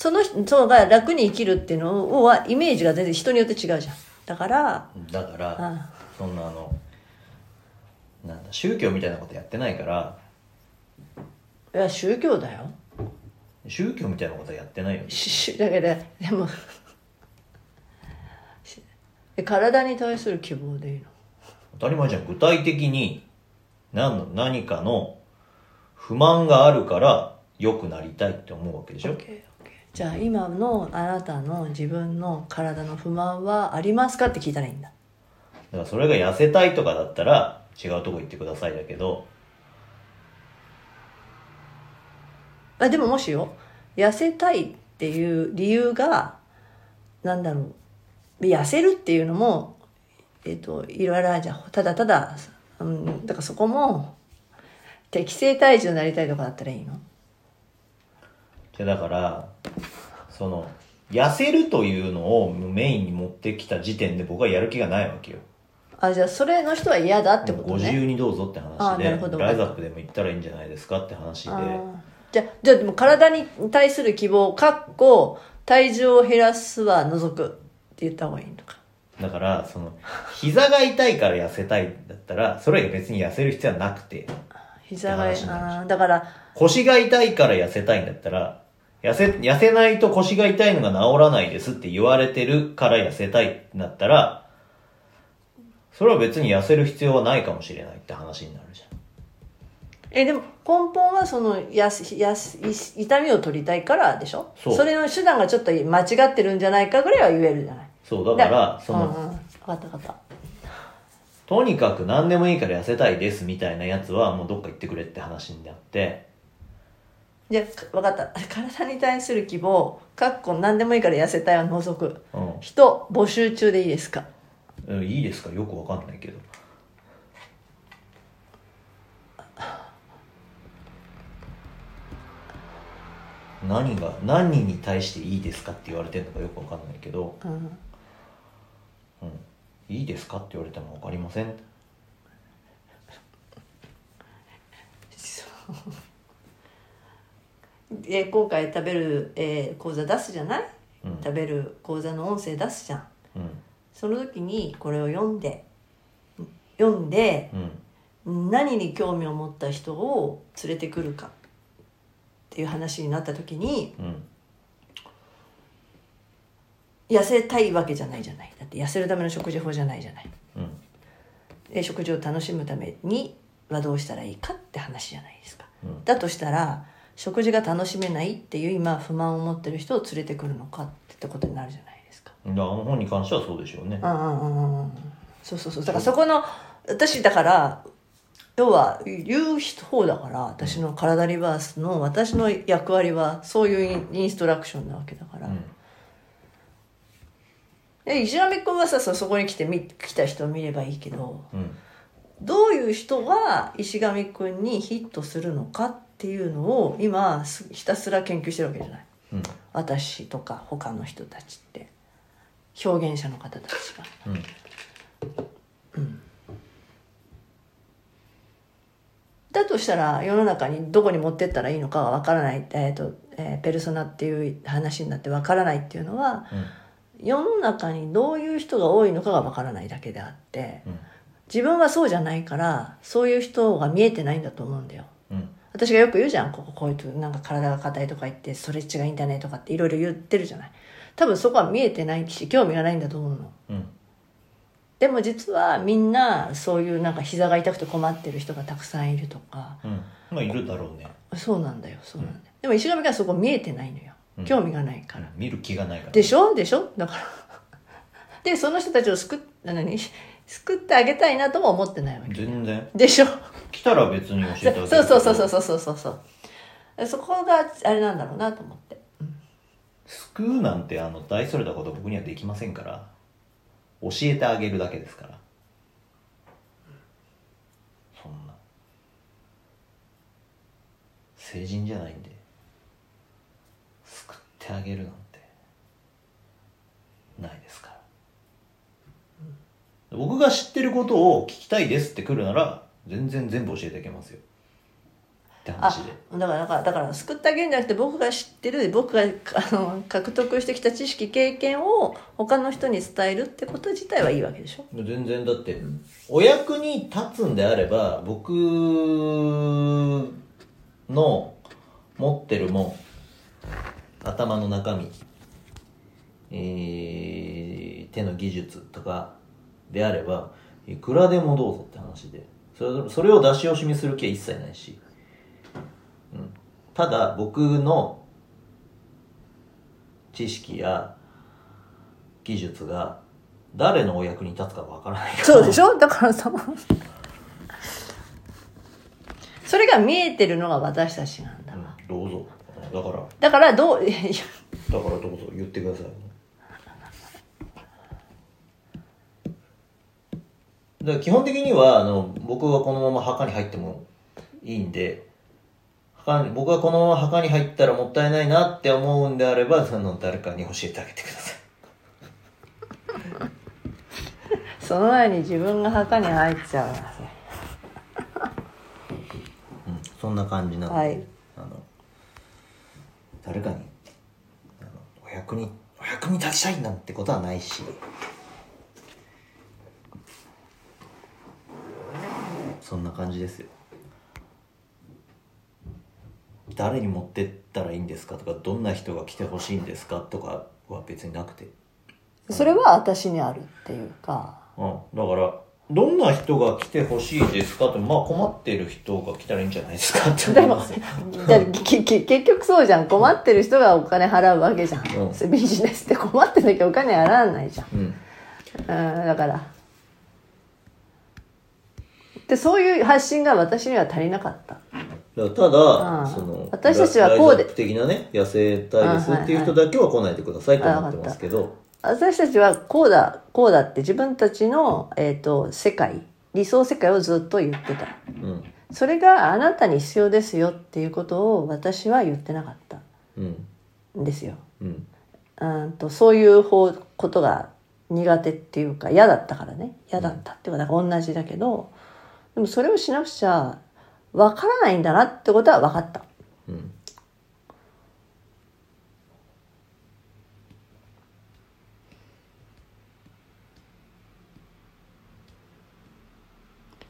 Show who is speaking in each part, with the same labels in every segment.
Speaker 1: その人そのが楽に生きるっていうのはイメージが全然人によって違うじゃんだから
Speaker 2: だか
Speaker 1: う
Speaker 2: ら
Speaker 1: ん
Speaker 2: そんなあのなんだ宗教みたいなことやってないから
Speaker 1: いや宗教だよ
Speaker 2: 宗教みたいなことはやってないよ
Speaker 1: ししだからでも し体に対する希望でいいの
Speaker 2: 当たり前じゃん具体的に何の何かの不満があるから良くなりたいって思うわけでしょ
Speaker 1: OK じゃあ今のあなたの自分の体の不満はありますかって聞いたらいいんだ
Speaker 2: だからそれが痩せたいとかだったら違うとこ行ってくださいだけど
Speaker 1: あでももしよ痩せたいっていう理由がなんだろう痩せるっていうのもえっ、といろいろあるじゃんただただ、うん、だからそこも適正体重になりたいとかだったらいいの
Speaker 2: じゃあだからその痩せるというのをメインに持ってきた時点で僕はやる気がないわけよ
Speaker 1: あじゃあそれの人は嫌だってこと
Speaker 2: ご
Speaker 1: ね
Speaker 2: 自由にどうぞって
Speaker 1: あー
Speaker 2: 話
Speaker 1: な
Speaker 2: で
Speaker 1: るほど
Speaker 2: ライザップでも行ったらいいんじゃないですかって話で
Speaker 1: あーじゃあじゃあでも体に対する希望かっこ体重を減らすは除くって言った方がいいのか
Speaker 2: だからその膝が痛いから痩せたいだったらそれは別に痩せる必要はなくて
Speaker 1: 膝があ
Speaker 2: って話になる
Speaker 1: ーだから
Speaker 2: 腰が痛いから痩せたいんだったら痩せ痩せないと腰が痛いのが治らないですって言われてるから痩せたいんだったらそれは別に痩せる必要はないかもしれないって話になるじゃん
Speaker 1: えでも根本はそのやすやすい痛みを取りたいからでしょ
Speaker 2: そう
Speaker 1: れの手段がちょっと間違ってるんじゃないかぐらいは言えるじゃない
Speaker 2: そうだから
Speaker 1: ね
Speaker 2: そ
Speaker 1: うん
Speaker 2: の
Speaker 1: うん、分かった分かった
Speaker 2: とにかく何でもいいから痩せたいですみたいなやつはもうどっか行ってくれって話になって
Speaker 1: じゃあ分かった体に対する希望かっこ何でもいいから痩せたいを除く
Speaker 2: うん
Speaker 1: 人募集中でいいですか
Speaker 2: うんいいですかよくわかんないけど何が何に対していいですかって言われてるのかよくわかんないけど
Speaker 1: うん
Speaker 2: いいですかって言われてもわかりません
Speaker 1: えー今回食べる、えー講座出すじゃない、
Speaker 2: うん
Speaker 1: 食べる講座の音声出すじゃん
Speaker 2: うん
Speaker 1: その時にこれを読んで読んで
Speaker 2: うん
Speaker 1: 何に興味を持った人を連れてくるかっていう話になった時に
Speaker 2: うん
Speaker 1: 痩せたいわけじゃないじゃないだって痩せるための食事法じゃないじゃない
Speaker 2: うん
Speaker 1: で食事を楽しむためにはどうしたらいいかって話じゃないですか、
Speaker 2: うん
Speaker 1: だとしたら食事が楽しめないっていう今不満を持ってる人を連れてくるのかってことになるじゃないですか
Speaker 2: だからあの本に関してはそうでしょうね
Speaker 1: うんうんうんうんうんそうそうそうだからそこの私だから要は言う方だから私の体リバースの私の役割はそういうインインストラクションなわけだから、
Speaker 2: うん
Speaker 1: で石上君はさそそこに来てみ来た人を見ればいいけど
Speaker 2: うん
Speaker 1: どういう人が石上君にヒットするのかっていうのを今すひたすら研究してるわけじゃない
Speaker 2: うん
Speaker 1: 私とか他の人たちって表現者の方たちが。
Speaker 2: うん
Speaker 1: だとしたら世の中にどこに持ってったらいいのかがわからない、えーとえーペルソナっていう話になってわからないっていうのは
Speaker 2: うん
Speaker 1: 世の中にどういう人が多いのかがわからないだけであって自分はそうじゃないからそういう人が見えてないんだと思うんだよ。
Speaker 2: うん
Speaker 1: 私がよく言うじゃんこここういうとなんか体が硬いとか言ってストレッチがいいんだねとかっていろいろ言ってるじゃない多分そこは見えてないし興味がないんだと思うの
Speaker 2: うん
Speaker 1: でも実はみんなそういうなんか膝が痛くて困ってる人がたくさんいるとか
Speaker 2: うんまあいるだろうね
Speaker 1: そうなんだよそうなんだよ、でも石上がそこ見えてないのよ、
Speaker 2: うん
Speaker 1: 興味がないから、
Speaker 2: 見る気がないから
Speaker 1: でしょでしょだからでその人たちを救っ何救ってあげたいなとも思ってないわけ
Speaker 2: 全然
Speaker 1: でしょ
Speaker 2: 来たら別に教えてあげる
Speaker 1: そうそうそうそうそうそうそうそうそこがあれなんだろうなと思って
Speaker 2: 救うなんてあの大それたこと僕にはできませんから教えてあげるだけですからそんな成人じゃないんで救ってあげるなんてないですから僕が知ってることを聞きたいですって来るなら全然全部教えてあげますよって
Speaker 1: あ
Speaker 2: 話で。
Speaker 1: だからだからだから救ってあげるんじゃなくて僕が知ってる僕があの獲得してきた知識経験を他の人に伝えるってこと自体はいいわけでしょ
Speaker 2: 全然だって、お役に立つんであれば、僕の持ってるもん、頭の中身、えー手の技術とかであれば、いくらでもどうぞって話で。それそれを出し惜しみする気は一切ないし。うんただ、僕の知識や技術が誰のお役に立つかわからないから
Speaker 1: そうでしょだからさそれが見えてるのが私たちなんだ
Speaker 2: うんどうぞ。だから、
Speaker 1: だからどういやいや
Speaker 2: だからどうぞ言ってください。だから基本的にはあの僕はこのまま墓に入ってもいいんで墓に僕はこのまま墓に入ったらもったいないなって思うんであればその誰かに教えてあげてください。
Speaker 1: その前に自分が墓に入っちゃうなんて
Speaker 2: うん、そんな感じなので、
Speaker 1: はい
Speaker 2: あの誰かにあのお役にお役に立ちたいなんてことはないしそんな感じですよ誰に持ってったらいいんですかとかどんな人が来てほしいんですかとかは別になくて、
Speaker 1: それは私にあるっていうか
Speaker 2: うん、だからどんな人が来てほしいですかってまあ困ってる人が来たらいいんじゃないですかって
Speaker 1: で
Speaker 2: 思い
Speaker 1: も
Speaker 2: ますよ
Speaker 1: じゃあきき結局そうじゃん困ってる人がお金払うわけじゃん、
Speaker 2: うん
Speaker 1: それビジネスって困ってなきゃお金払わないじゃん
Speaker 2: うん
Speaker 1: うんだからでそういう発信が私には足りなかった
Speaker 2: だからただ、
Speaker 1: うん
Speaker 2: その
Speaker 1: 私たちはこうで
Speaker 2: ライズアップ的なね野生体です
Speaker 1: うんはいはい
Speaker 2: っていう人だけは来ないでくださいと思ってますけど、
Speaker 1: 私たちはこうだこうだって自分たちの、えー、と世界理想世界をずっと言ってた
Speaker 2: うん
Speaker 1: それがあなたに必要ですよっていうことを私は言ってなかった
Speaker 2: うん
Speaker 1: んですよ
Speaker 2: うん
Speaker 1: うんとそういう方ことが苦手っていうか嫌だったからね嫌だったっていうかだから同じだけどでもそれをしなくちゃわからないんだなってことは分かった
Speaker 2: うん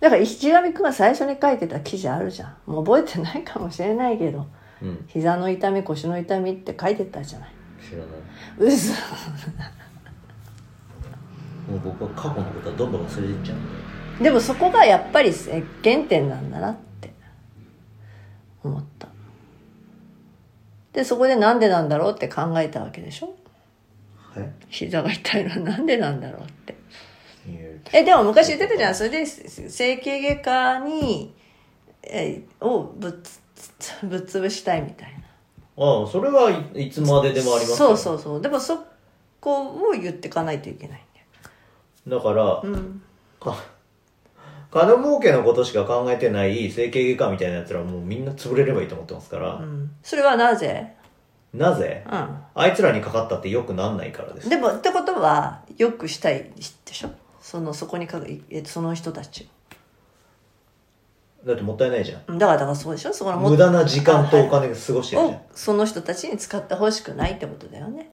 Speaker 1: だから石上くんが最初に書いてた記事あるじゃんもう覚えてないかもしれないけど
Speaker 2: うん
Speaker 1: 膝の痛み腰の痛みって書いてたじゃない
Speaker 2: 知らないう
Speaker 1: そ
Speaker 2: もう僕は過去のことはどんどん忘れていっちゃうんで
Speaker 1: でもそこがやっぱりえ原点なんだなって思ったでそこでなんでなんだろうって考えたわけでしょ
Speaker 2: はい
Speaker 1: 膝が痛いのはなんでなんだろうって
Speaker 2: いや
Speaker 1: えでも昔言ってたじゃんそれで整形外科にえをぶっつぶっ潰したいみたいな
Speaker 2: ああそれはいいつまででもあります
Speaker 1: そう
Speaker 2: う
Speaker 1: そうそうでもそこを言ってかないといけないん
Speaker 2: だから、
Speaker 1: だようん
Speaker 2: か金儲けのことしか考えてない整形外科みたいなやつらはもうみんな潰れればいいと思ってますから、
Speaker 1: うんそれはなぜ
Speaker 2: なぜ
Speaker 1: うん
Speaker 2: あいつらにかかったってよくなんないからです
Speaker 1: でもってことはよくしたいでしょそのそこにかえその人たち
Speaker 2: だってもったいないじゃん
Speaker 1: をだからだからそうでしょそこのも
Speaker 2: 無駄な時間とお金過ごしてるじゃん、
Speaker 1: をその人たちに使ってほしくないってことだよね